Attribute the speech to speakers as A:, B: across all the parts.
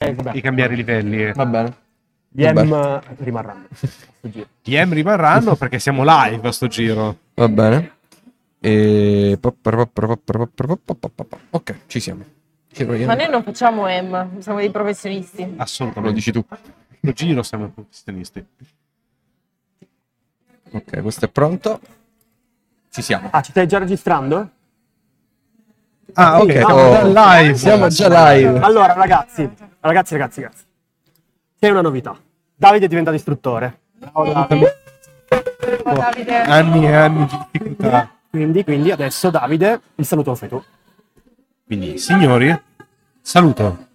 A: cambiare,
B: Eh, vabbè.
A: di cambiare i livelli. eh.
C: Va bene.
B: Gli M rimarranno. a sto giro.
A: DM rimarranno perché siamo live a sto giro.
C: Va bene. E... Ok, ci siamo. Ci
D: Ma
C: proviamo.
D: noi non facciamo M, siamo dei professionisti.
C: Lo
A: Assolutamente.
C: dici tu.
A: Lo giro siamo i professionisti.
C: Ok, questo è pronto. Ci siamo.
B: Ah, ci stai già registrando?
A: Ah, ok.
C: Sì,
A: Siamo
C: oh.
A: già live.
C: Siamo già live.
B: Allora, ragazzi, ragazzi, ragazzi, ragazzi. C'è una novità. Davide è diventato istruttore.
D: Ma Davide,
A: Anni e anni di difficoltà.
B: Quindi, quindi adesso Davide, il saluto lo fai tu.
A: Quindi, signori, saluto.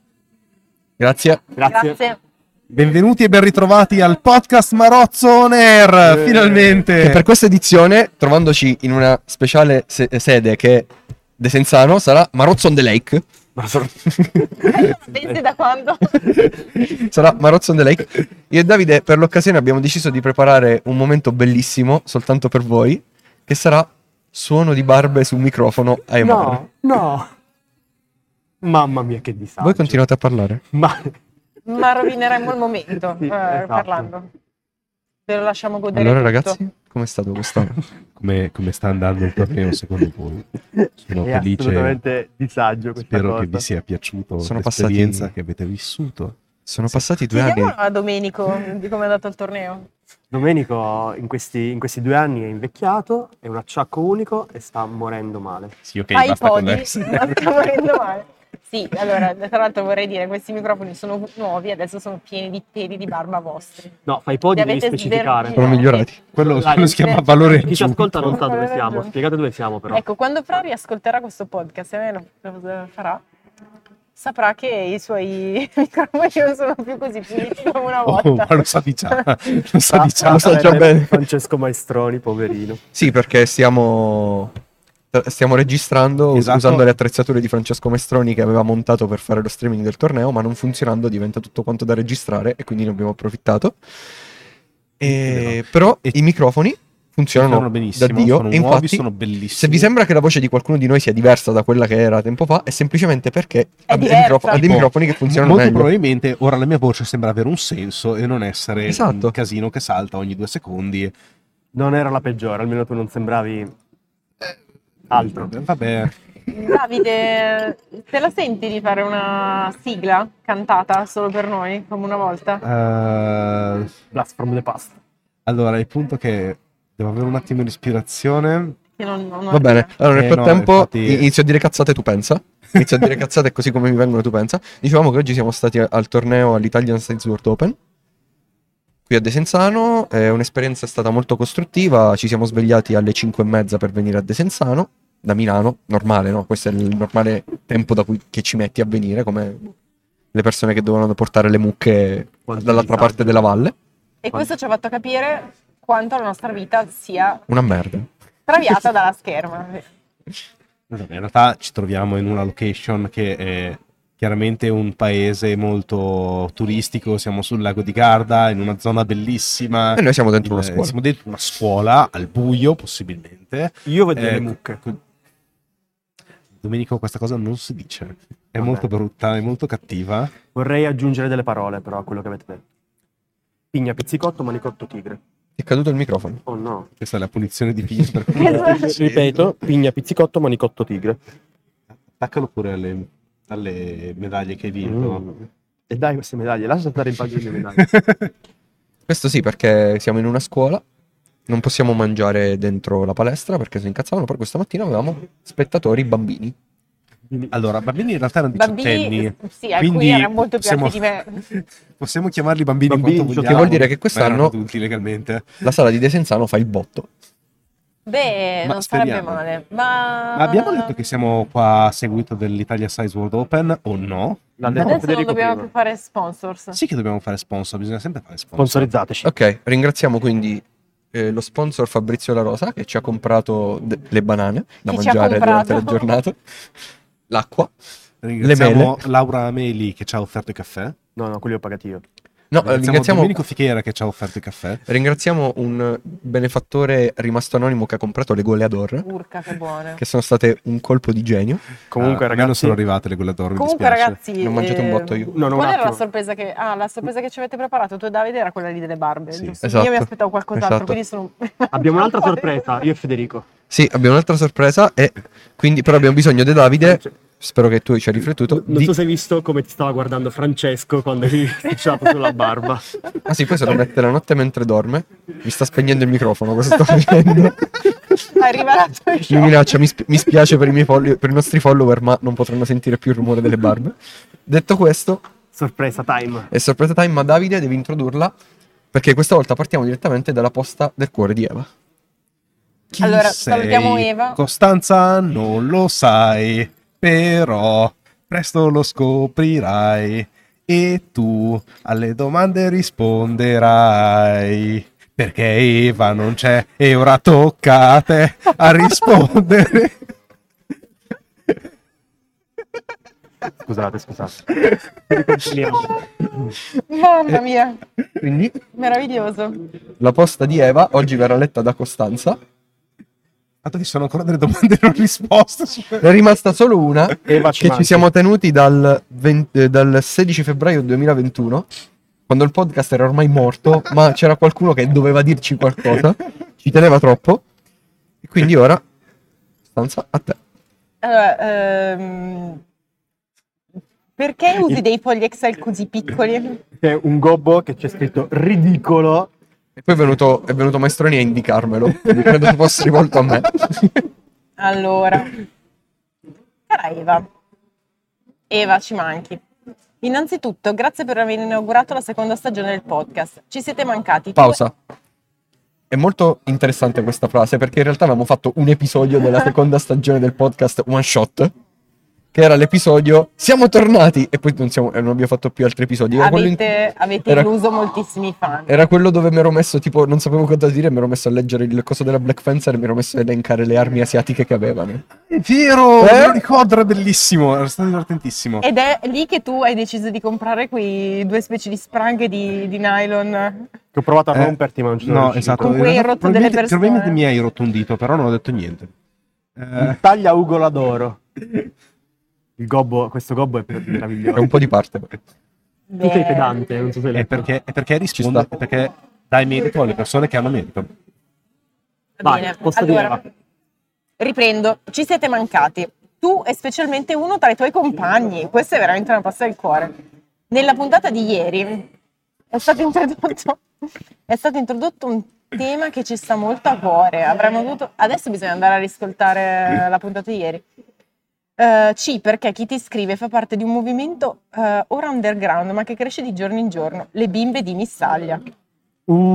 C: Grazie.
B: Grazie.
D: grazie.
A: Benvenuti e ben ritrovati al podcast Marozzo On Air,
B: Eh,
A: finalmente.
C: E per questa edizione, trovandoci in una speciale se- sede che è De Senzano, sarà Marozzo on the Lake.
D: Pensi da quando?
C: sarà Marozzo on the Lake. Io e Davide, per l'occasione, abbiamo deciso di preparare un momento bellissimo soltanto per voi, che sarà suono di barbe sul microfono a Emar.
B: No, no. Mamma mia, che disagio.
C: Voi continuate a parlare.
B: Ma...
D: Ma rovineremmo il momento
B: Sì,
D: eh,
B: esatto.
D: parlando. Ve lo lasciamo godere.
C: Allora,
D: tutto.
C: ragazzi, com'è stato quest'anno?
A: come, come sta andando il torneo secondo voi? Sono
B: è
A: felice.
B: assolutamente disagio questa
A: Spero
B: cosa.
A: che vi sia piaciuto
C: Sono
A: l'esperienza
C: passati-
A: che avete vissuto.
C: Sono passati due anni.
D: Chiediamolo a Domenico di come è andato il torneo.
B: Domenico in questi, in questi due anni è invecchiato, è un acciacco unico e sta morendo male.
A: Sì, ok,
D: Ai podi, ma sta morendo male. Sì, allora, tra l'altro vorrei dire, questi microfoni sono nuovi, adesso sono pieni di peli di barba vostri.
B: No, fai i podi
D: Li
B: devi
D: avete
B: specificare.
D: svergini.
C: Sono migliorati.
A: Quello,
B: Dai,
A: quello si
D: se-
A: chiama valore
B: Chi ci
A: aggiunto.
B: ascolta non sa dove
D: Aveva
B: siamo,
D: ragione.
B: spiegate dove siamo però.
D: Eh, Ecco, quando Fra riascolterà questo podcast, e lei lo farà, saprà che i suoi microfoni non sono più così puliti come una
A: Oh,
D: volta.
A: ma lo sa di già, lo sa di già.
C: lo so già
B: sarebbe
C: bene.
B: Francesco Maestroni, poverino.
C: Sì, perché stiamo, stiamo registrando us-
A: Esatto.
C: usando le attrezzature di Francesco Mestroni che aveva montato per fare lo streaming del torneo, ma non funzionando diventa tutto quanto da registrare e quindi ne abbiamo approfittato. E- però
A: E-
C: i microfoni funzionano
A: Funzionano benissimo,
C: da Dio.
A: sono
C: e
A: nuovi,
C: infatti,
A: sono bellissimi.
C: se vi sembra che la voce di qualcuno di noi sia diversa da quella che era tempo fa, è semplicemente perché
D: È
C: ha dei,
D: diversa.
C: microfo- ha dei
A: Tipo,
C: microfoni che funzionano
A: Molto
C: meglio.
A: probabilmente ora la mia voce sembra avere un senso e non essere
C: Esatto.
A: un casino che salta ogni due secondi.
B: Non era la peggiore, almeno tu non sembravi altro.
A: Vabbè,
D: Davide, te la senti di fare una sigla cantata solo per noi, come una volta?
A: eh,
B: Blast from the past.
A: allora il punto è che devo avere un attimo di ispirazione.
D: Che non- non
C: Va bene, allora nel
A: Eh, no,
C: frattempo
A: infatti-
C: i- inizio a dire cazzate tu pensa, inizio a dire cazzate così come mi vengono tu pensa. Dicevamo che oggi siamo stati al torneo all'Italian Science World Open, qui a Desenzano, è un'esperienza è stata molto costruttiva, ci siamo svegliati alle 5 e mezza per venire a Desenzano, da Milano, normale no? Questo è il normale tempo da cui, che ci metti a venire, come le persone che dovevano portare le mucche
B: Quanto
C: dall'altra
B: disagio.
C: parte della valle,
D: E questo ci ha fatto capire quanto la nostra vita sia
C: una merda.
D: traviata dalla scherma.
A: In realtà ci troviamo in una location che è chiaramente un paese molto turistico, siamo sul lago di Garda, in una zona bellissima.
C: E noi siamo dentro una
A: Eh,
C: scuola.
A: Siamo dentro una scuola, al buio possibilmente.
B: Io vedo le
A: Eh,
B: mucche.
A: co- Domenico, questa cosa non si dice. È
B: Vabbè.
A: molto brutta, è molto cattiva.
B: Vorrei aggiungere delle parole però a quello che avete detto. Pigna pizzicotto, manicotto tigre.
C: È caduto il microfono.
B: Oh no.
A: Questa è la punizione di Pino per quello che
D: Esatto.
A: stai dicendo.
B: Ripeto, pigna pizzicotto, manicotto tigre.
A: Attaccalo pure alle, alle medaglie che hai vinto.
B: Mm. E dai queste medaglie, lascia stare in pace le medaglie.
C: Questo sì, perché siamo in una scuola, non possiamo mangiare dentro la palestra perché si incazzavano, però questa mattina avevamo spettatori bambini.
A: allora, bambini in realtà erano diciottenni.
D: Bambini, sì, alcuni
A: quindi
D: erano molto più alti di me.
A: possiamo chiamarli bambini,
B: Bambini,
A: quanto
B: cioè,
A: vogliamo.
B: che
C: vuol dire che
A: ma
C: quest'anno-
A: erano adulti legalmente.
C: La sala di De Senzano fa il botto.
D: Beh,
A: Ma
D: non
A: speriamo.
D: sarebbe male. Ma...
A: Ma abbiamo detto che siamo qua a seguito dell'Italia Size World Open o no?
B: L'ha detto
D: Adesso non
B: Federico
D: dobbiamo
B: prima.
D: più fare sponsors.
A: Sì che dobbiamo fare sponsor, bisogna sempre fare sponsor.
B: Sponsorizzateci.
C: Ok, ringraziamo quindi eh, lo sponsor Fabrizio La Rosa che ci ha comprato de- le banane da
D: Che ci ha
C: mangiare durante la
D: comprato.
C: giornata, l'acqua.
A: Ringraziamo
C: mele.
A: Laura Ameli che ci ha offerto il caffè.
B: eh, No, no, quelli ho pagati io.
C: No, eh,
A: ringraziamo
C: ringraziamo,
A: Domenico Fichera che ci ha offerto il caffè.
C: ringraziamo un benefattore rimasto anonimo che ha comprato le goleador,
D: Urca, che buone.
C: che sono state un colpo di genio.
B: Comunque,
A: Ah, a me
B: ragazzi,
A: non sono arrivate le goleador, mi
D: Comunque,
A: dispiace.
D: ragazzi,
C: Ne ho mangiato un
D: eh,
C: botto io.
B: No, no, un
D: Qual era la
B: attimo.
D: sorpresa che. Ah, la sorpresa che ci avete preparato tu e Davide era quella lì delle barbe.
A: Sì,
D: giusto?
C: esatto,
D: Io mi aspettavo qualcos'altro,
C: esatto.
D: quindi sono.
B: abbiamo un'altra sorpresa, io e Federico.
C: Sì, abbiamo un'altra sorpresa e quindi però abbiamo bisogno di Davide, spero che tu ci hai riflettuto.
B: Non
C: di-
B: so se hai visto come ti stava guardando Francesco quando ti ciapo sulla barba.
C: Ah sì, questo lo mette la notte mentre dorme. Mi sta spegnendo il microfono, cosa sto facendo?
D: Arriva la tua
C: Mi minaccia, mi, sp- mi spiace per i, miei folli- per i nostri follower, ma non potranno sentire più il rumore delle barbe. Detto questo,
B: Sorpresa time.
C: è sorpresa time, ma Davide devi introdurla perché questa volta partiamo direttamente dalla posta del cuore di Eva.
A: Chi
D: Allora,
A: sei?
D: salutiamo Eva.
A: Costanza non lo sai, però presto lo scoprirai e tu alle domande risponderai. Perché Eva non c'è e ora tocca a te a rispondere.
B: Scusate, scusate.
D: Mamma mia,
C: Quindi
D: meraviglioso.
C: la posta di Eva oggi verrà letta da Costanza.
A: Tanto ci sono ancora delle domande non risposte.
C: Ne è rimasta solo una
B: Eva ci
C: che
B: manchi.
C: ci siamo tenuti dal, 20 eh, dal 16 febbraio 2021, quando il podcast era ormai morto, ma c'era qualcuno che doveva dirci qualcosa, ci teneva troppo, e quindi ora, stanza a te.
D: Allora, ehm, perché usi dei fogli Excel così piccoli?
B: C'è un gobbo che c'è scritto ridicolo.
C: E poi è venuto, è venuto Maestroni a indicarmelo, quindi credo si fosse rivolto a me.
D: Allora, cara Eva, Eva ci manchi. Innanzitutto, grazie per aver inaugurato la seconda stagione del podcast. Ci siete mancati. Tu-
C: Pausa. È molto interessante questa frase perché in realtà avevamo fatto un episodio della seconda stagione del podcast One Shot, che era l'episodio Siamo tornati! E poi non, siamo- eh, non abbiamo fatto più altri episodi. Era, quello in-
D: avete, avete
C: era-
D: illuso moltissimi fan.
C: era quello dove mi ero messo, tipo, non sapevo cosa dire, mi ero messo a leggere il coso della Black Fencer e mi ero messo a elencare le armi asiatiche che avevano.
A: È vero,
C: Eh?
A: me lo ricordo, era bellissimo, era stato divertentissimo.
D: Ed è lì che tu hai deciso di comprare quei due specie di spranghe di, di nylon.
B: Che ho provato a
A: Eh,
B: romperti, ma non ci sono
A: No,
B: riuscito.
A: esatto.
D: Con
A: in
D: cui hai
A: realtà
D: rotto delle
A: probabilmente-
D: persone.
A: Probabilmente mi hai rotto un dito, però non ho detto niente. Eh,
B: Il taglia ugola d'oro. Il gobbo, questo gobbo è
C: È un
B: meraviglioso.
C: po' di parte. però.
B: Tu sei
D: Beh,
B: pedante, non so se l'hai
A: è
B: letto.
A: perché, è perché risponde,
C: sta.
A: perché dai merito alle persone che hanno merito.
D: Va
B: Vai,
D: bene.
B: posso dire,
D: Allora,
B: va.
D: riprendo. Ci siete mancati. Tu e specialmente uno tra i tuoi compagni. Questa è veramente una pasta del cuore. Nella puntata di ieri è stato introdotto, è stato introdotto un tema che ci sta molto a cuore. Avremmo dovuto... Adesso bisogna andare a riscoltare la puntata di ieri. Eh, C, perché chi ti scrive fa parte di un movimento eh, ora underground, ma che cresce di giorno in giorno, le bimbe di Missaglia.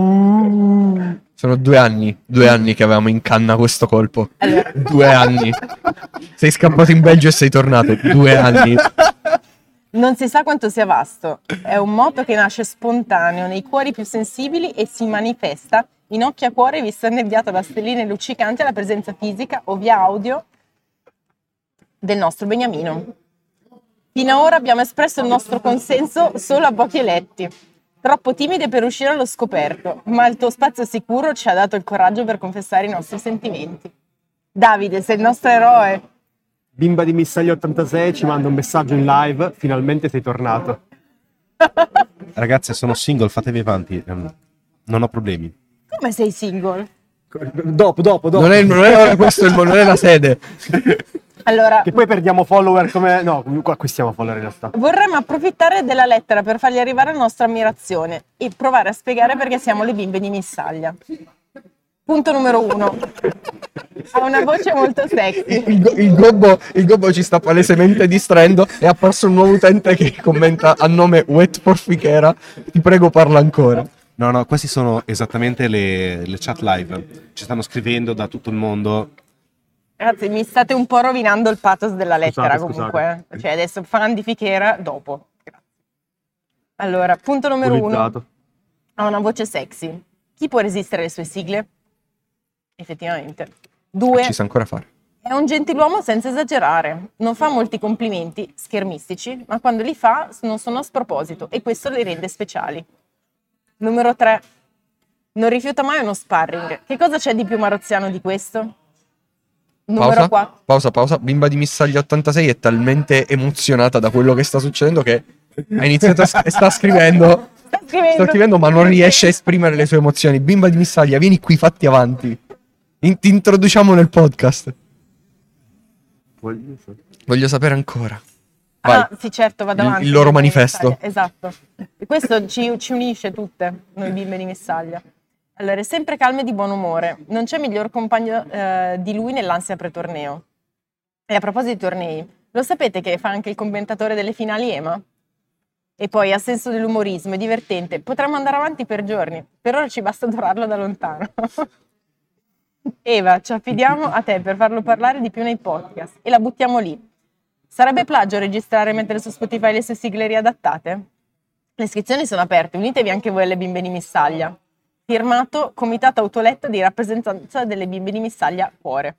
B: Uh,
C: Sono due anni, due anni che avevamo in canna questo colpo.
D: Allora,
C: Due anni. Sei scappato in Belgio e sei tornato. Due anni.
D: Non si sa quanto sia vasto, è un moto che nasce spontaneo nei cuori più sensibili e si manifesta in occhi a cuore vista annebbiata da stelline luccicanti alla presenza fisica o via audio del nostro Beniamino. Fino ad ora abbiamo espresso il nostro consenso solo a pochi eletti, troppo timide per uscire allo scoperto, ma il tuo spazio sicuro ci ha dato il coraggio per confessare i nostri sentimenti. Davide, sei il nostro eroe.
B: bimba di Missaglia 86 ci manda un messaggio in live. Finalmente sei tornato.
A: Ragazze, sono single, fatevi avanti. ehm, Non ho problemi.
D: Come sei single?
B: Dopo, dopo, dopo.
C: Non è, non è- non è questo il, mo- non è la sede.
D: Allora,
B: Che poi perdiamo follower come... No, qua acquistiamo follower in realtà.
D: Vorremmo approfittare della lettera per fargli arrivare la nostra ammirazione e provare a spiegare perché siamo le bimbe di Missaglia. Punto numero uno. Ha una voce molto
C: Il,
D: sexy.
C: il go- il gobbo, il gobbo ci sta palesemente distraendo. È apparso un nuovo utente che commenta a nome Wet for Fichera. Ti prego, parla ancora.
A: No, no, questi sono esattamente le, le chat live. Ci stanno scrivendo da tutto il mondo.
D: Ragazzi, mi state un po' rovinando il pathos della lettera
B: Scusate,
D: comunque. Cioè, adesso fan di Fichera dopo. Grazie. Allora, punto numero uno.
B: Bullizzato.
D: Ha una voce sexy. Chi può resistere alle sue sigle? Effettivamente. Due.
C: Ci sa ancora fare.
D: È un gentiluomo senza esagerare, non fa molti complimenti schermistici, ma quando li fa non sono a sproposito e questo li rende speciali. Numero 3. Non rifiuta mai uno sparring. Che cosa c'è di più marozziano di questo? Numero
C: Pausa.
D: 4.
C: Pausa, pausa. Bimba di Missaglia 86 è talmente emozionata da quello che sta succedendo che ha iniziato a sc- sta scrivendo.
D: Sta scrivendo.
C: Sta scrivendo, ma non riesce a esprimere le sue emozioni. Bimba di Missaglia, vieni qui, fatti avanti. In- ti introduciamo nel podcast.
B: Voglio-
C: Voglio sapere ancora. Vai.
D: Ah, sì, certo, vado
C: Il-
D: avanti.
C: il loro manifesto.
D: Esatto. E questo ci, ci unisce tutte, noi bimbe di Messaglia. Allora, è sempre calmo e di buon umore. Non c'è miglior compagno eh, di lui nell'ansia pre-torneo. E a proposito di tornei, lo sapete che fa anche il commentatore delle finali EMA? E poi ha senso dell'umorismo, è divertente. Potremmo andare avanti per giorni. Per ora ci basta adorarlo da lontano. Eva, ci affidiamo a te per farlo parlare di più nei podcast e la buttiamo lì. Sarebbe plagio registrare e mettere su Spotify le sue sigle riadattate? Le iscrizioni sono aperte, unitevi anche voi alle bimbe di Missaglia. Firmato Comitato Autoletto di rappresentanza delle bimbe di Missaglia Cuore.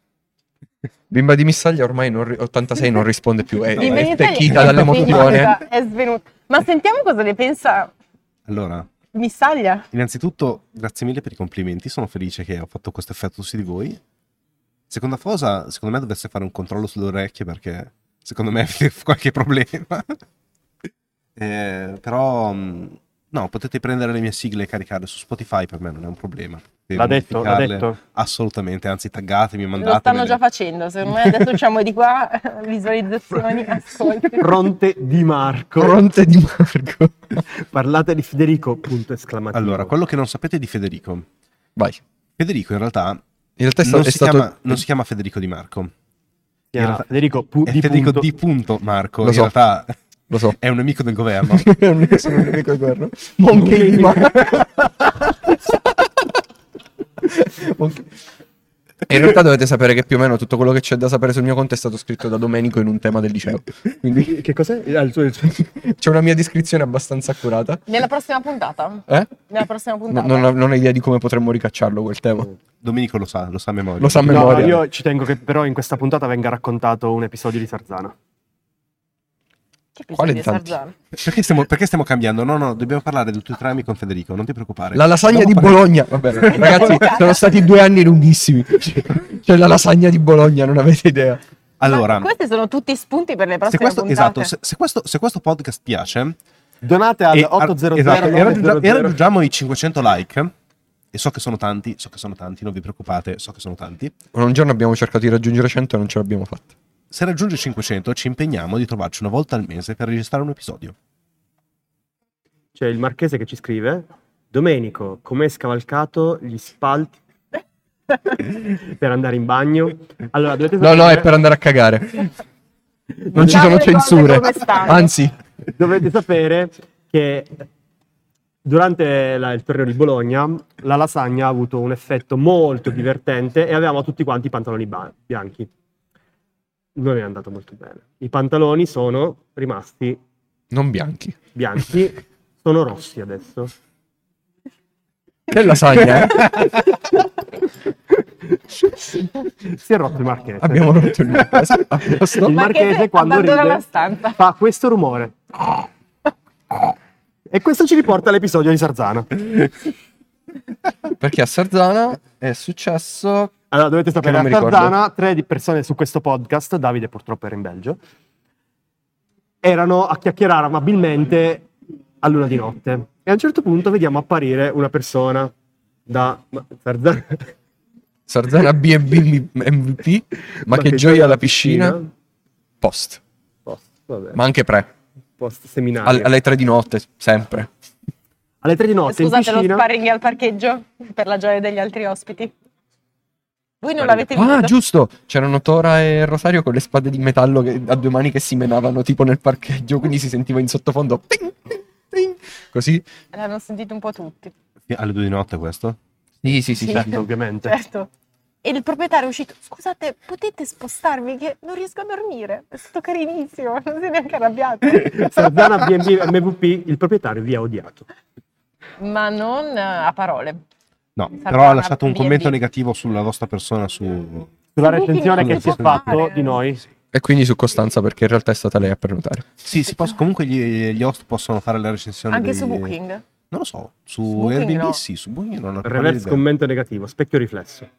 C: Bimba di Missaglia ormai non ri- 86 non risponde più. Eh, È,
D: Bimbe di
C: è
D: Missaglia-
C: stecchita dall'emozione.
D: Esatto, È svenuta. Ma sentiamo cosa ne pensa
A: Allora,
D: Missaglia.
A: innanzitutto grazie mille per i complimenti, sono felice che ho fatto questo effetto su di voi. Seconda cosa, secondo me dovreste fare un controllo sulle orecchie perché secondo me avete qualche problema. Eh, però, mh, no, potete prendere le mie sigle e caricarle su Spotify, per me non è un problema. Potete
B: L'ha detto, l'ha
A: modificarle.
B: detto.
A: Assolutamente, anzi taggatemi,
D: Lo stanno
A: mandatemi.
D: già facendo, secondo me adesso diciamo di qua visualizzazioni, ascolti.
B: Fronte di Marco.
C: Fronte di Marco.
B: Parlate di Federico, punto esclamativo.
A: Allora, quello che non sapete di Federico.
C: Vai.
A: Federico in realtà
C: In realtà è, sta-
A: non,
C: è
A: si
C: stato.
A: chiama, non si chiama Federico Di Marco,
B: Si chiama
A: in realtà-
B: Federico pu-
A: è
B: di
A: Eh, Federico
B: punto.
A: Di punto Marco,
C: Lo
A: in
C: so.
A: realtà
C: Lo so.
A: è un nemico del governo.
C: Non sono un nemico del governo. Monkey di Marco. Monkey. E In realtà dovete sapere che più o meno tutto quello che c'è da sapere sul mio conto è stato scritto da Domenico in un tema del liceo. Quindi
B: Che cos'è? Ah, il suo- il suo-
C: c'è una mia descrizione abbastanza accurata.
D: Nella prossima puntata?
C: Eh?
D: Nella prossima
C: No,
D: puntata.
C: non, ho- non ho idea di come potremmo ricacciarlo quel tema.
A: Domenico lo sa, lo sa a memoria.
C: Lo sa a
B: No,
C: memoria.
B: io ci tengo che però in questa puntata venga raccontato un episodio di Tarzana.
D: Che episodio
C: Quale
D: di
C: tanti?
D: Tarzan?
A: Perché, stiamo, perché stiamo cambiando? No, no, dobbiamo parlare di tutti i trami con Federico, non ti preoccupare.
C: La lasagna di Bologna. Vabbè, ragazzi, sono stati due anni lunghissimi. Cioè, la lasagna di Bologna, non avete idea.
A: Allora,
D: Ma questi sono tutti spunti per le
A: se
D: prossime
A: questo,
D: puntate.
A: esatto, se, se questo, se questo podcast piace,
B: Donate al
A: e-
B: 800
A: esatto, e raggiungia- e
B: 900.
A: raggiungiamo i 500 like, e so che sono tanti, so che sono tanti, non vi preoccupate, so che sono tanti.
C: Un giorno abbiamo cercato di raggiungere 100 e non ce l'abbiamo fatta.
A: Se raggiunge i 500 ci impegniamo di trovarci una volta al mese per registrare un episodio.
B: C'è il marchese che ci scrive: Domenico, come hai scavalcato gli spalti per andare in bagno? Allora, dovete
C: No, no,
B: sapere-
C: è per andare a cagare. Non ci
D: Diciamo
C: sono
D: le cose
C: censure.
D: come stanno.
C: Anzi,
B: dovete sapere che durante la- il torneo di Bologna la lasagna ha avuto un effetto molto divertente e avevamo tutti quanti i pantaloni ba- bianchi. Non è andato molto bene. I pantaloni sono rimasti
C: non bianchi.
B: bianchi, sono rossi adesso.
C: Che lasagna, eh?
B: si è rotto il marchese.
C: Abbiamo rotto il podcast. A posto.
B: Il
D: Ma che
B: marchese quando
D: abbandona
B: ride
D: la stanza.
B: fa questo rumore. E questo ci riporta all'episodio di Sarzana.
C: Perché a Sarzana è successo...
B: Allora, dovete sapere,
C: non mi
B: a
C: ricordo.
B: Tarzana, tre di persone su questo podcast, Davide purtroppo era in Belgio, erano a chiacchierare amabilmente a luna di notte. E a un certo punto vediamo apparire una persona da... ma- Tarzana-
C: Sarzana B&B MVP, ma, che, gioia alla piscina. Post,
B: Post, vabbè.
C: ma anche pre,
B: Post seminario.
C: Al- alle tre di notte, sempre.
B: Alle tre di notte in
D: Scusate lo
B: piscina...
D: sparring al parcheggio per la gioia degli altri ospiti. Voi non l'avete visto?
C: Ah, giusto! C'erano Tora e Rosario con le spade di metallo che- a due mani che si menavano tipo nel parcheggio, quindi si sentiva in sottofondo. ting, ting, ting. Così?
D: L'hanno sentito un po' tutti,
A: Alle due di notte questo?
C: Sì, sì, sì.
D: Sì.
C: sì.
B: Certo, ovviamente.
D: certo. E il proprietario è uscito. Scusate, potete spostarvi che non riesco a dormire. È stato carinissimo, non siete neanche arrabbiati.
B: Sarzana B&B MVP, il proprietario vi ha odiato.
D: Ma non eh, a parole.
A: No,
D: Sarà
A: però ha lasciato un
D: B&B.
A: commento negativo sulla vostra persona su...
B: Sulla
D: Sì,
B: recensione
D: sì,
B: che
D: sì,
B: si è
D: sì.
B: fatto di noi.
C: E quindi su Costanza, perché in realtà è stata lei a prenotare.
A: Sì, si posso- comunque gli, gli host possono fare la recensione
D: Anche
A: dei-
D: su Booking.
A: Non lo so,
D: Su
A: su
D: Booking
A: Airbnb
D: no.
A: sì, su Booking non ho la più pallida
B: Reverse
A: idea.
B: commento negativo, specchio riflesso.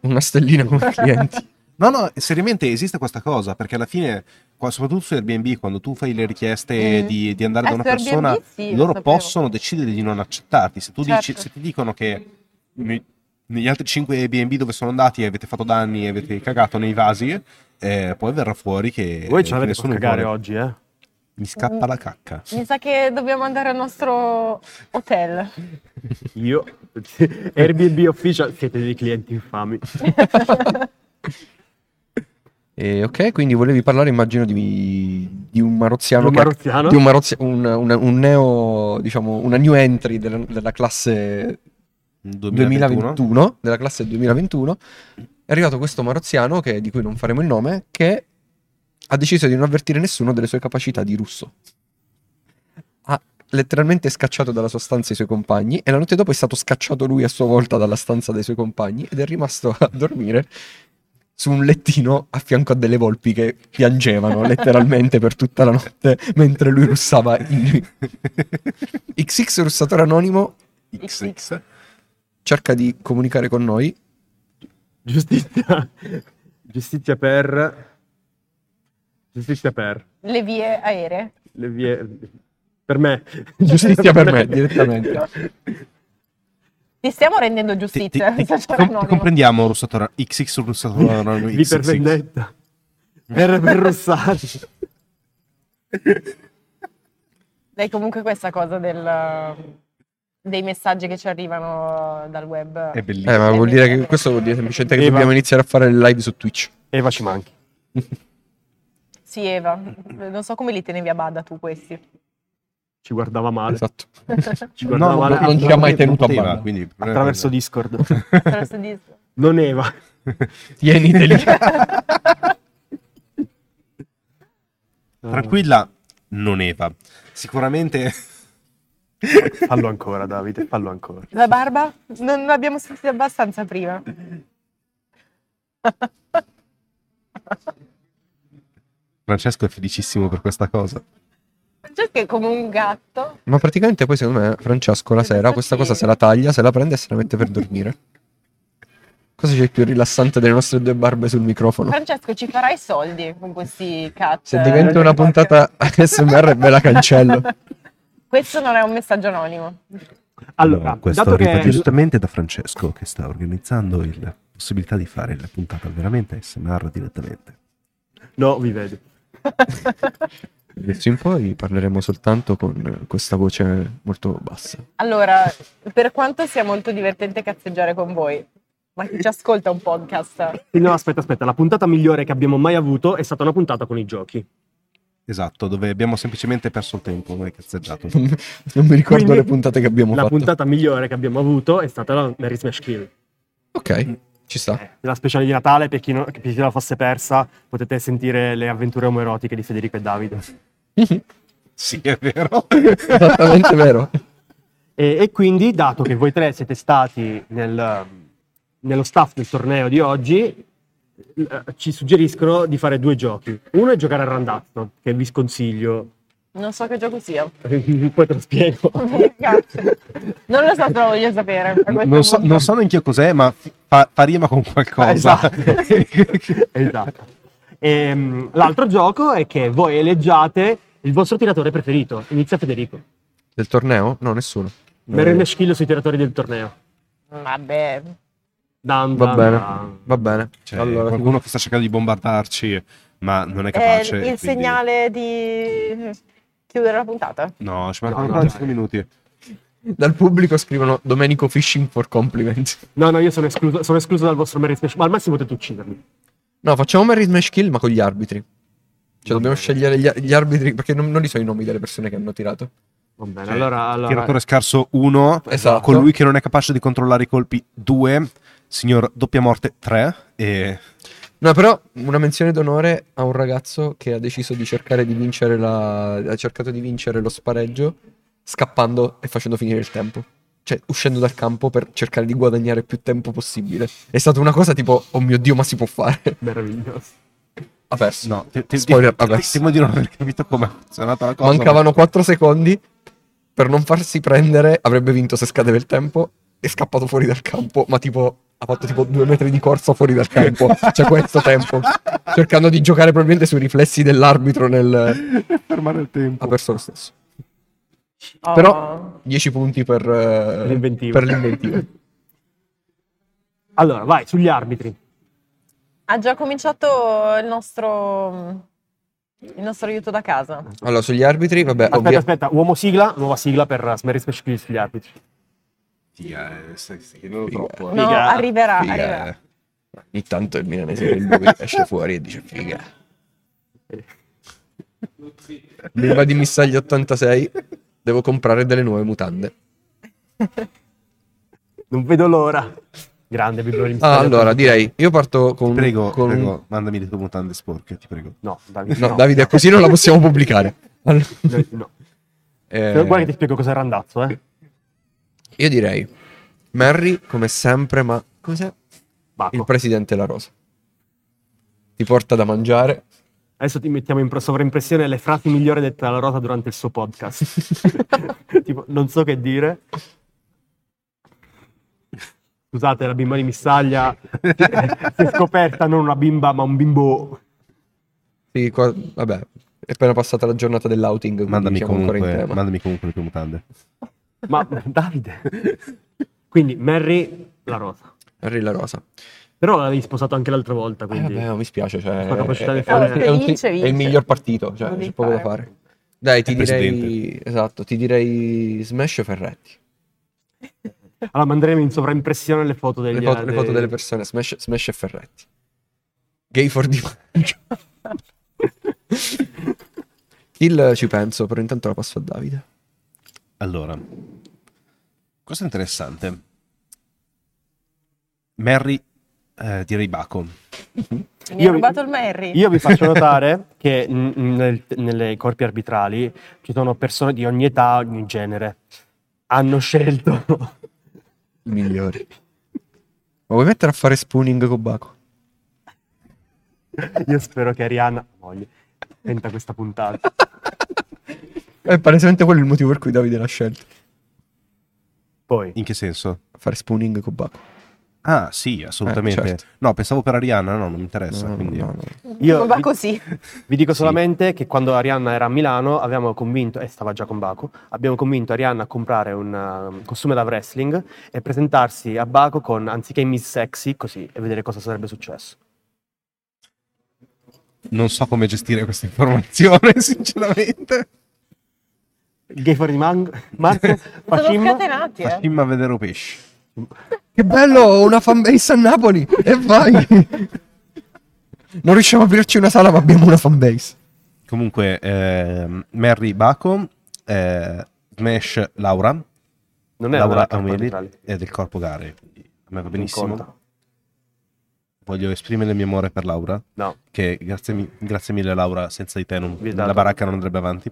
C: Una stellina come clienti.
A: No, no, seriamente esiste questa cosa, perché alla fine, qua- soprattutto su Airbnb, quando tu fai le richieste
D: Mm.
A: di, di andare
D: Eh,
A: da una
D: su Airbnb
A: persona,
D: sì, lo
A: loro
D: sapevo.
A: possono decidere di non accettarti. Se, tu dici,
D: Certo.
A: se ti dicono che ne- negli altri 5 Airbnb dove sono andati avete fatto danni e avete cagato nei vasi, eh, poi verrà fuori
D: Eh,
A: che,
B: Voi ce
A: che
B: l'avete per
A: nessuno
B: cagare
A: vuole.
B: oggi, eh?
A: mi scappa la cacca.
D: Mi sa che dobbiamo andare al nostro hotel.
B: Io, Airbnb official, siete dei clienti infami.
C: E, ok, quindi volevi parlare, immagino, di, di un marozziano.
B: Un
C: che-
B: marozziano?
C: Di un marozziano, un, una- un neo, diciamo, una new entry della, della classe 2021.
A: 2021.
C: della classe 2021, è arrivato questo maroziano che- di cui non faremo il nome, che ha deciso di non avvertire nessuno delle sue capacità di russo. Ha letteralmente scacciato dalla sua stanza i suoi compagni e la notte dopo è stato scacciato lui a sua volta dalla stanza dei suoi compagni ed è rimasto a dormire su un lettino a fianco a delle volpi che piangevano letteralmente per tutta la notte mentre lui russava in... XX russatore anonimo
A: XX.
C: cerca di comunicare con noi
B: Giustizia. Giustizia per... Giustizia per...
D: Le vie aeree.
B: Le vie... Per me.
C: Giustizia per me, direttamente.
D: Ti stiamo rendendo
A: Ti, ti-
D: giustizia.
A: ti-
D: se c'era
A: com-
D: anonimo.
A: comprendiamo Russatore XX Russatore anonimo,
B: Vi per
A: XXX.
B: vendetta. R per Rossati.
D: Dai, comunque questa cosa del- dei messaggi che ci arrivano dal web.
A: È bellissimo.
C: Eh, ma vuol dire che questo vuol dire semplicemente che
B: Eva.
C: dobbiamo iniziare a fare le live su Twitch.
B: Eva ci manchi.
D: Sì, Eva, non so come li tenevi a bada tu questi.
B: Ci guardava male.
C: Esatto.
B: Ci guardava
A: No,
B: male
A: non
C: ci ha mai
A: non
C: tenuto a
A: poteva, eh,
C: bada.
A: quindi il problema è
B: attraverso
A: quello.
B: Discord.
D: Però se dis-
B: Non Eva.
C: Tienite lì.
A: Tranquilla, non Eva. Sicuramente
B: Fallo ancora, Davide, fallo ancora.
D: La barba? Non l'abbiamo sentita abbastanza prima.
A: Francesco è felicissimo per questa cosa.
D: Francesco è come un gatto.
C: Ma praticamente poi secondo me Francesco la sera questa cosa se la taglia, se la prende e se la mette per dormire. Cosa c'è di più rilassante delle nostre due barbe sul microfono?
D: Francesco, ci farai soldi con questi cat.
C: Se diventa una puntata ASMR ve la cancello.
D: Questo non è un messaggio anonimo.
B: Allora, dato che
A: giustamente da Francesco che sta organizzando il- la possibilità di fare la puntata veramente SMR direttamente.
B: No, vi vedo.
C: Adesso in poi parleremo soltanto con questa voce molto bassa.
D: Allora, per quanto sia molto divertente cazzeggiare con voi, ma chi ci ascolta un podcast?
B: No, aspetta, aspetta, la puntata migliore che abbiamo mai avuto è stata una puntata con i giochi.
A: Esatto, dove abbiamo semplicemente perso il tempo, noi cazzeggiato.
C: Non mi ricordo
B: Quindi,
C: le puntate che abbiamo
B: La
C: fatto.
B: puntata migliore che abbiamo avuto è stata la Mary Smash Kill.
C: Ok, ci sta.
B: La speciale di Natale, per chi, non- per chi se la fosse persa, potete sentire le avventure omoerotiche di Federico e Davide.
A: sì, è vero.
C: Esattamente vero.
B: E, e quindi, dato che voi tre siete stati nel- nello staff del torneo di oggi, eh, ci suggeriscono di fare due giochi. Uno è giocare a randazzo, che vi sconsiglio,
D: Non so che gioco sia.
B: poi te lo spiego.
D: Grazie. Non lo so, però voglio sapere. a questo
A: Non, so,
D: punto.
A: non so neanche io cos'è, ma fa, fa rima con qualcosa. Cioè,
B: Esatto. Esatto. Ehm, l'altro gioco è che voi eleggiate il vostro tiratore preferito. Inizia Federico.
C: Mm. Del torneo? No, nessuno.
B: Merende Schillo sui tiratori del torneo.
D: Mm, Vabbè,
B: Dan,
C: Va
B: dan,
C: bene,
B: dan.
C: va bene.
A: Cioè,
C: allora,
A: qualcuno che sta cercando di bombardarci, ma non è
D: è Eh, il
A: capace. quindi-
D: segnale di chiudere la puntata.
A: No, ci
B: No,
A: mancano
B: no,
A: ancora
B: dai.
A: 5 minuti.
C: dal pubblico scrivono Domenico Fishing for Compliment.
B: No, no, io sono escluso, sono escluso dal vostro Merry Smash, ma al massimo potete uccidermi.
C: No, facciamo Mary Smash Kill ma con gli arbitri. Cioè, dobbiamo scegliere gli, gli arbitri perché non, non li so i nomi delle persone che hanno tirato.
B: Va bene,
A: Cioè,
B: allora... allora- eh,
A: Tiratore scarso 1,
C: Esatto.
A: colui che non è capace di controllare i colpi 2, signor doppia morte 3 e
C: No, però una menzione d'onore a un ragazzo che ha deciso di cercare di vincere la ha cercato di vincere lo spareggio scappando e facendo finire il tempo. Cioè, uscendo dal campo per cercare di guadagnare più tempo possibile. È stata una cosa tipo, oh mio Dio, ma si può fare.
B: Meraviglioso.
C: Ha perso.
A: no, te- te-
C: Spoiler,
A: te-
C: vabbè.
A: temo di non aver capito come ha funzionato la cosa.
C: Mancavano 4 secondi. per non farsi prendere, avrebbe vinto se scadeva il tempo. È scappato fuori dal campo, ma tipo ha fatto tipo due metri di corsa fuori dal campo. C'è questo tempo. Cioè Cercando di giocare probabilmente sui riflessi dell'arbitro nel...
A: fermare il tempo.
C: Ha perso lo stesso.
D: Oh.
C: Però- 10 punti per, eh,
B: L'inventivo.
C: per l'inventivo.
B: Allora, vai, sugli arbitri.
D: Ha già cominciato il nostro, il nostro aiuto da casa.
C: Allora, sugli arbitri, vabbè,
B: Aspetta,
C: ovvia-
B: aspetta, uomo sigla, nuova sigla per Smerry Special sugli arbitri.
A: Figa, eh, stai stai chiedendo
C: Figa.
A: troppo. eh.
D: No,
B: Figa.
D: arriverà,
C: figa. eh.
D: arriverà.
C: Ogni tanto il milanesimo del Bovi esce fuori e dice figa. Prima di missagli 86 devo comprare delle nuove mutande.
B: Non vedo l'ora. Grande Biblioni.
C: Ah, allora, direi, io parto con...
A: Prego,
C: con- Diciamo
A: prego, mandami le tue mutande sporche, ti prego.
B: No, Davide,
C: No,
B: no.
C: Davide, così non la possiamo pubblicare. Allora,
B: No, no.
C: eh,
B: Guarda che ti spiego cos'è Randazzo, eh.
C: io direi, Merry come sempre, ma cos'è?
A: Ah,
B: Bacco.
A: oh.
C: Il presidente La Rosa. Ti porta da mangiare.
B: Adesso ti mettiamo in pro- sovraimpressione le frasi migliori dette dalla Rosa durante il suo podcast. tipo, non so che dire. Scusate, la bimba di Missaglia si è scoperta non una bimba, ma un bimbo.
C: Sì, qua- vabbè, è appena passata la giornata dell'outing, quindi
A: Mandami,
C: siamo ancora in
A: comunque,
C: tema.
A: mandami comunque le tue mutande.
B: Ma Davide. Quindi Mary la Rosa.
C: Henry La Rosa.
B: Però l'avevi sposato anche l'altra volta,
C: Eh,
B: quindi
C: vabbè, no, mi spiace, cioè,
B: Sua capacità di
C: è-
B: fare-
C: è un- è un-
D: Vince,
C: è
D: vince.
C: il miglior partito, cioè,
D: Lo devi
C: c'è poco da
D: fare.
C: fare. Dai, ti
A: È
C: direi,
A: presidente.
C: esatto, ti direi Smash Ferretti.
B: allora manderemo in sovraimpressione le foto degli
C: Le foto, le
B: dei-
C: foto delle persone, Smash, Smash e Ferretti. Gay for DiMaggio. Kill ci penso, però intanto la passo a Davide.
A: Allora, cosa interessante. Mary, eh, direi Baco.
D: Mi ha
B: Io-
D: rubato il Merry.
B: Io vi faccio notare che n- n- nel- nelle corpi arbitrali ci sono persone di ogni età, ogni genere. Hanno scelto.
C: I migliori. Ma vuoi mettere a fare spooning con Baco?
B: Io spero che Arianna, moglie, senta questa puntata.
C: È palesemente quello il motivo per cui Davide l'ha scelto.
B: Poi,
A: In che senso?
C: Fare spooning con Baco.
A: Ah, sì, assolutamente.
C: Eh, certo.
A: No, pensavo per Arianna, no, non mi interessa.
C: No,
A: quindi-
C: no, no.
B: io
D: va
B: vi,
D: così.
B: vi dico
A: Sì.
B: solamente che quando Arianna era a Milano avevamo convinto, e stava già con Baco, abbiamo convinto Arianna a comprare un um, costume da wrestling e presentarsi a Baco con, anziché Miss Sexy, così, e vedere cosa sarebbe successo.
A: Non so come gestire questa informazione, sinceramente.
B: Il gay for the man- Marco,
D: Sono
B: Fascim,
D: scatenati, eh.
A: Facimma vedere pesce.
C: Che bello, ho una fanbase a Napoli! E vai! non riusciamo a aprirci una sala, ma abbiamo una fanbase.
A: Comunque, ehm, Mary Baco, eh, Smash Laura,
B: non era
A: Laura
B: una carta
A: Ameli
B: arbitrale.
A: è del corpo gare. quindi A me va
B: Non
A: benissimo.
B: conta.
A: Voglio esprimere il mio amore per Laura.
B: No,
A: che grazie, mi- grazie mille Laura, senza di te non-
B: Vietato.
A: la baracca non andrebbe avanti.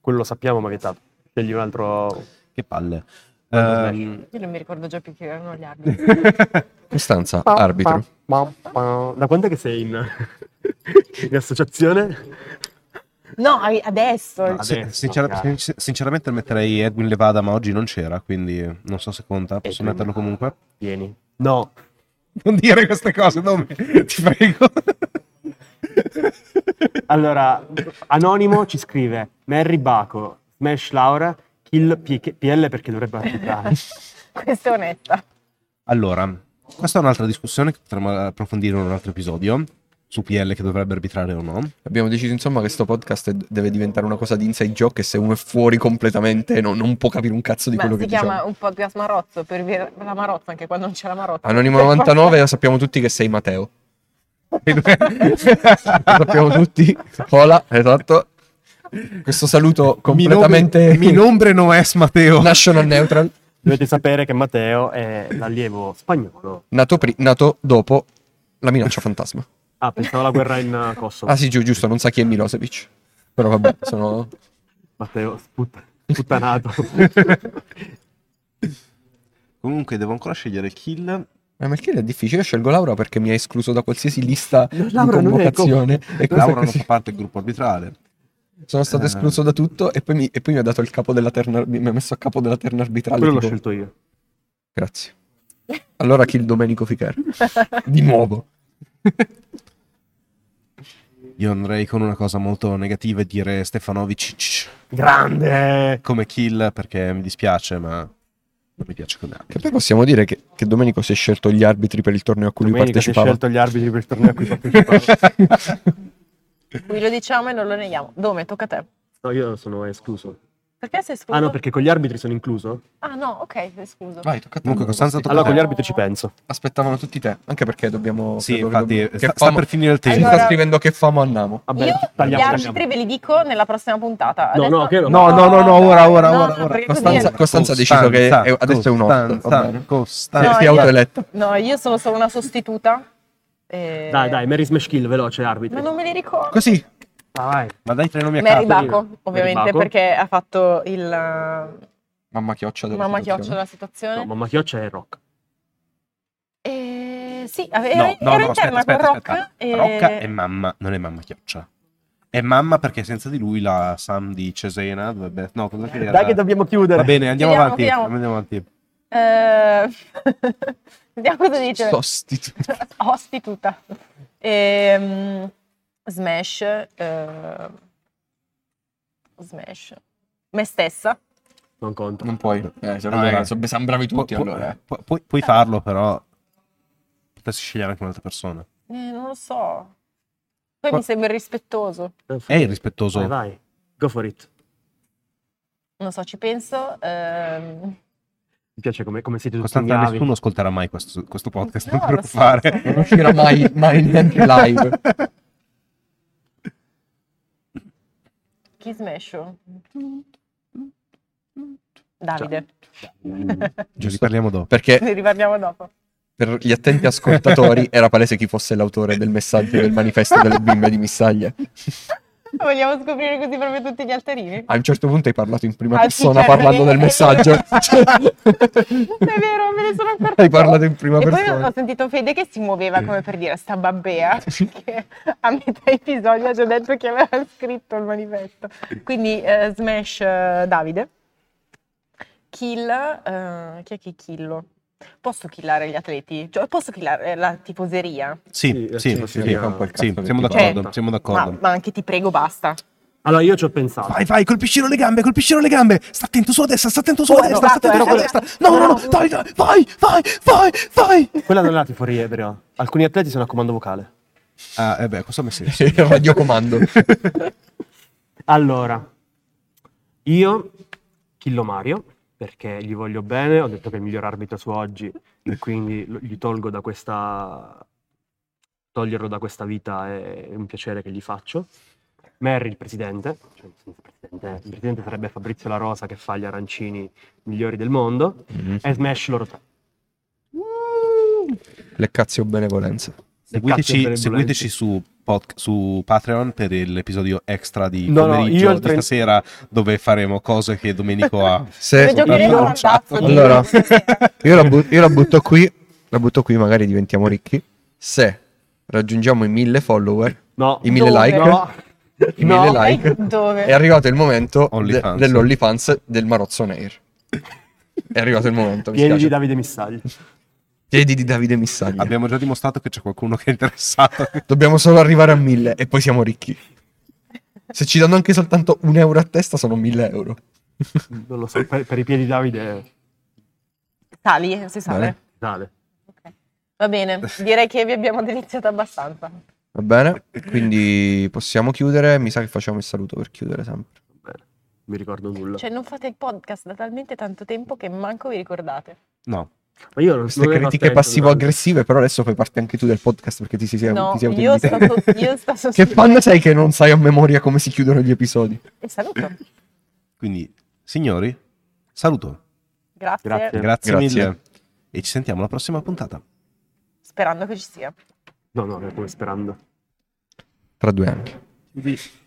B: quello lo sappiamo, ma vietato. Scegli un altro.
A: Che palle.
B: Guarda,
A: Ehm,
D: Io non mi ricordo già più chi erano gli arbitri.
C: Costanza, arbitro.
B: Pa, pa, pa. Da quando è che sei in, in associazione?
D: No, ai- adesso.
B: No,
A: se-
B: adesso, cioè.
A: sincera-
B: chiaro.
A: sin- sinceramente metterei Edwin Levada, ma oggi non c'era, quindi non so se conta. Posso
B: Edwin.
A: metterlo comunque?
B: Vieni. No,
A: Non dire queste cose, Domi, ti prego.
B: allora, Anonimo ci scrive Mary Baco, Smash Laura, Kill P- PL perché dovrebbe arbitrare.
D: Questa è onesta.
A: Allora, questa è un'altra discussione che potremmo approfondire in un altro episodio su PL che dovrebbe arbitrare o no.
C: Abbiamo deciso insomma che sto podcast è- deve diventare una cosa di inside joke e se uno è fuori completamente no- non può capire un cazzo di
D: Ma
C: quello
D: si
C: che
D: chiama
C: diciamo.
D: un podcast Marozzo per via la Marozza anche quando non c'è Cioè, la Marozza.
C: Anonimo 99 lo sappiamo tutti che sei Matteo. Lo sappiamo tutti. Hola, esatto. Questo saluto completamente
A: Mi nombre no es Matteo.
C: national neutral.
B: Dovete sapere che Matteo è l'allievo spagnolo.
C: Nato, pri- nato dopo la minaccia fantasma.
B: Ah, pensavo alla guerra in uh, Kosovo.
C: Ah sì, giu- giusto, non sa chi è Milosevic. Però vabbè, sono...
B: Matteo, sput- sputtanato.
A: Comunque devo ancora scegliere Kill
C: Eh, ma il kill è difficile, io scelgo Laura perché mi ha escluso da qualsiasi lista
B: No,
C: di
B: Laura non è
C: convocazione. E questo è
A: Laura non
C: così.
A: fa parte del gruppo arbitrale.
C: Sono stato
A: Eh.
C: escluso da tutto e poi, mi, e poi mi ha dato il capo della terna, arbi- mi ha messo a capo della terna arbitrale.
B: Quello l'ho
C: tipo,
B: scelto io.
C: Grazie. Allora kill Domenico Ficher. Di nuovo.
A: Io andrei con una cosa molto negativa e dire Stefanovic c-
B: Grande!
A: come kill perché mi dispiace, ma non mi piace come
C: Che poi possiamo dire che, che Domenico si è scelto gli arbitri per il torneo a cui
B: Domenica
C: lui
B: si è
C: partecipava.
B: scelto gli arbitri per il torneo a cui partecipavo.
D: Qui lo diciamo e non lo neghiamo. Dome, tocca a te.
B: No, io sono escluso.
D: Perché sei
B: Ah
D: scuso?
B: no, perché con gli arbitri sono incluso?
D: Ah, no, ok, sei scuso.
C: Vai, tocca a te.
A: Comunque, Costanza, tocca a
B: Allora
A: te.
B: con gli arbitri ci penso.
C: Aspettavano tutti te, anche perché dobbiamo...
A: Sì,
C: credo che
A: infatti,
C: dobbiamo-
A: sta,
C: che
A: sta
C: famo-
A: per finire il
C: Ci
A: tempo.
D: Allora-
C: sta scrivendo che famo andiamo.
B: Vabbè,
D: Io gli
B: tagliamo. tagliamo.
D: arbitri ve li dico nella prossima puntata.
B: No,
D: Adesso-
B: no, che no.
A: No, no, no, no, ora, ora,
D: No,
A: ora.
D: no,
A: ora.
D: perché così Costanza- è-
C: Costanza ha deciso che è- adesso è un otto, va
A: Costanza,
C: bene.
A: Costanza.
D: No,
C: si è
D: io-
C: autoeletta.
D: No, io sono solo una sostituta. E-
B: Dai, dai, Mary Smash Kill, veloce, arbitri.
D: Ma non me li ricordo.
C: Così,
B: Vai.
A: Ma dai, tre nomi a caso.
D: Mary
B: Catherine.
D: Baco, ovviamente,
B: Mary Baco.
D: perché ha fatto il uh,
C: mamma chioccia della
D: mamma
C: situazione.
D: chioccia della situazione.
B: No, mamma chioccia e rock.
D: Eh, sì,
A: No,
D: ero,
A: no,
D: ero
A: no,
D: interna
A: aspetta, aspetta,
D: con Rock.
A: aspetta.
C: Eh.
D: e-
A: Rocca è mamma, non è mamma chioccia. È mamma perché senza di lui la Sam di Cesena dovrebbe... No, cosa che era-
B: Dai che dobbiamo
A: Va
B: chiudere.
A: bene, andiamo
D: Chiudiamo,
A: avanti.
D: chiudiamo.
A: Andiamo avanti.
D: eh, Vediamo cosa dice.
C: Sostituto.
D: Ostituta. Ehm, smash. eh, smash. Me stessa.
B: Non
A: Mm.
B: conto.
C: Non puoi. Eh, se
A: Dai.
C: allora, so- siamo bravi tutti
A: Pu-
C: allora. eh.
A: pu- pu- puoi farlo, però potresti scegliere anche un'altra persona.
D: Eh, non lo so. Poi
A: Qua-
D: mi sembra irrispettoso.
A: È irrispettoso.
B: Vai, vai. Go for it.
D: Non so, ci penso. ehm,
B: Mi piace come, come siete tutti
A: Costanza,
B: bravi.
A: nessuno ascolterà mai questo, questo podcast, non
D: No,
A: ti
D: lo so, lo
A: preoccupare.
D: so.
C: Non uscirà mai, mai neanche live.
D: chi smasho? Davide.
A: Cioè, Ci riparliamo dopo.
C: Perché
D: Ne riparliamo dopo.
C: per gli attenti ascoltatori era palese chi fosse l'autore del messaggio del manifesto delle bimbe di Missaglia.
D: Vogliamo scoprire così proprio tutti gli altarini?
C: A un certo punto hai parlato in prima
D: Ah, sì,
C: persona
D: certo.
C: parlando del messaggio.
D: È vero, me ne sono accorta.
C: Hai parlato in prima
D: e poi
C: persona.
D: ho sentito Fede che si muoveva come per dire sta babbea, perché a metà episodio ci ho detto che aveva scritto il manifesto. Quindi eh, smash eh, Davide. Kill, eh, chi è che killo? Posso killare gli atleti? Cioè, posso killare eh, la tifoseria?
A: Sì, sì,
B: Sì,
A: sì,
B: sì,
A: sì,
B: sì,
A: sì,
C: fa un po' il cazzo che
A: siamo
C: ti
A: d'accordo,
D: va.
A: siamo
D: Ma,
A: d'accordo.
B: Certo.
D: ma anche ti prego, basta.
B: Allora io ci ho pensato.
A: Vai, vai, colpiscilo le gambe, colpiscilo le gambe. Sta attento sulla destra, sta attento sulla
D: Oh,
A: destra,
D: no,
A: sta attento sulla
D: guarda,
B: eh.
A: destra.
D: guarda.
A: No, no, no, dai, dai, vai, vai, vai, vai.
B: Quella non è la tiforia, però. Alcuni atleti sono a comando vocale.
A: Ah, eh beh, questo ha messo senso.
C: Il radiocomando.
B: Allora, io killo Mario perché gli voglio bene. Ho detto che è il miglior arbitro su oggi, e quindi lo- gli tolgo da questa. Toglierlo da questa vita è è un piacere che gli faccio. Mary, il presidente, cioè senza presidente, il presidente sarebbe Fabrizio La Rosa che fa gli arancini migliori del mondo.
C: Mm-hmm.
B: E Smash loro tre.
C: Le cazzo benevolenze.
B: Cazzo,
A: Seguiteci,
B: per
A: seguiteci su, pod- su Patreon per l'episodio extra di
B: No, no,
A: pomeriggio
B: io il
A: di
B: tren-
A: sera dove faremo cose che Domenico ha.
D: Dove
C: Se,
D: giocheremo a
A: pronunciato.
D: randazzo, dico,
C: Allora.
D: stasera.
C: Io la, bu- io la butto qui, la butto qui, magari diventiamo ricchi. Se raggiungiamo i mille follower,
B: No,
C: i mille
D: Dove?
C: like,
B: no,
C: i
B: no.
C: mille
D: Dai,
C: like,
D: Eh, dove?
C: è arrivato il momento de-
A: OnlyFans.
C: dell'OnlyFans del Marozzo Nair. È arrivato il momento, mi
B: Vieni di
C: spiace.
B: Davide Missagli.
C: Piedi di Davide Missaglia.
A: Abbiamo già dimostrato che c'è qualcuno che è interessato.
C: Dobbiamo solo arrivare a mille e poi siamo ricchi. Se ci danno anche soltanto un euro a testa sono mille euro.
B: Non lo so, per, per i piedi di Davide
D: Sali, si sale.
C: Bene.
B: sale.
D: Ok. Va bene, direi che vi abbiamo deliziato abbastanza.
C: Va bene? Quindi possiamo chiudere. Mi sa che facciamo il saluto per chiudere sempre.
B: Bene, mi ricordo nulla.
D: Cioè, non fate il podcast da talmente tanto tempo che manco vi ricordate.
A: No,
B: Ma io non
C: Queste
B: non ero
C: critiche
B: attento,
C: passivo-aggressive, però adesso fai parte anche tu del podcast perché ti, si sei,
D: no,
C: ti sei
D: io sto,
C: autoinvitato.
D: so- io sto so-
C: Che panna sei che non sai a memoria come si chiudono gli episodi?
D: E saluto.
A: quindi signori, saluto.
D: Grazie.
B: Grazie.
A: Grazie,
C: Grazie.
A: mille e ci sentiamo alla prossima puntata.
D: Sperando che ci sia.
B: dai. No, no, come sperando.
C: Tra due anni.
B: Quindi-